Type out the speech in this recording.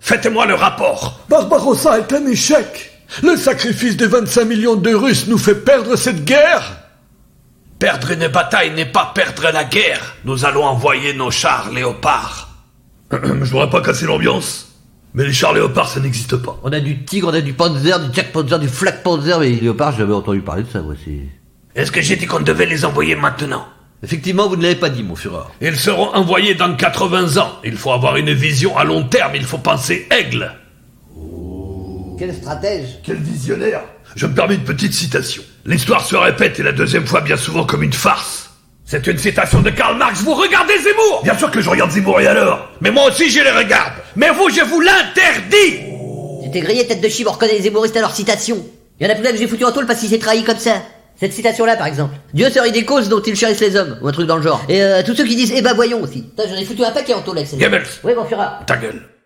Faites-moi le rapport Barbarossa est un échec. Le sacrifice des 25 millions de Russes nous fait perdre cette guerre. Perdre une bataille n'est pas perdre la guerre. Nous allons envoyer nos chars léopards. Je voudrais pas casser l'ambiance, mais les chars léopards, ça n'existe pas. On a du Tigre, on a du Panzer, du Jack Panzer, du Flak Panzer, mais les léopards, j'avais entendu parler de ça, voici. Est-ce que j'ai dit qu'on devait les envoyer maintenant Effectivement, vous ne l'avez pas dit, mon fureur. Ils seront envoyés dans 80 ans. Il faut avoir une vision à long terme, il faut penser aigle. Quel stratège Quel visionnaire Je me permets une petite citation. L'histoire se répète et la deuxième fois bien souvent comme une farce. C'est une citation de Karl Marx, vous regardez Zemmour Bien sûr que je regarde Zemmour et alors Mais moi aussi je les regarde Mais vous, je vous l'interdis Tu t'es grillé tête de chibor reconnaît les hémoristes à leurs citations. Il y en a plein que j'ai foutu en tôle parce qu'il s'est trahi comme ça. Cette citation-là, par exemple. Dieu serait des causes dont ils chérissent les hommes, ou ben, ben. un truc dans le genre. Et euh, tous ceux qui disent, eh bah voyons aussi. Putain, j'en ai foutu un paquet en tôle avec celle-là. Goebbels Ouais, mon fureur. Ta gueule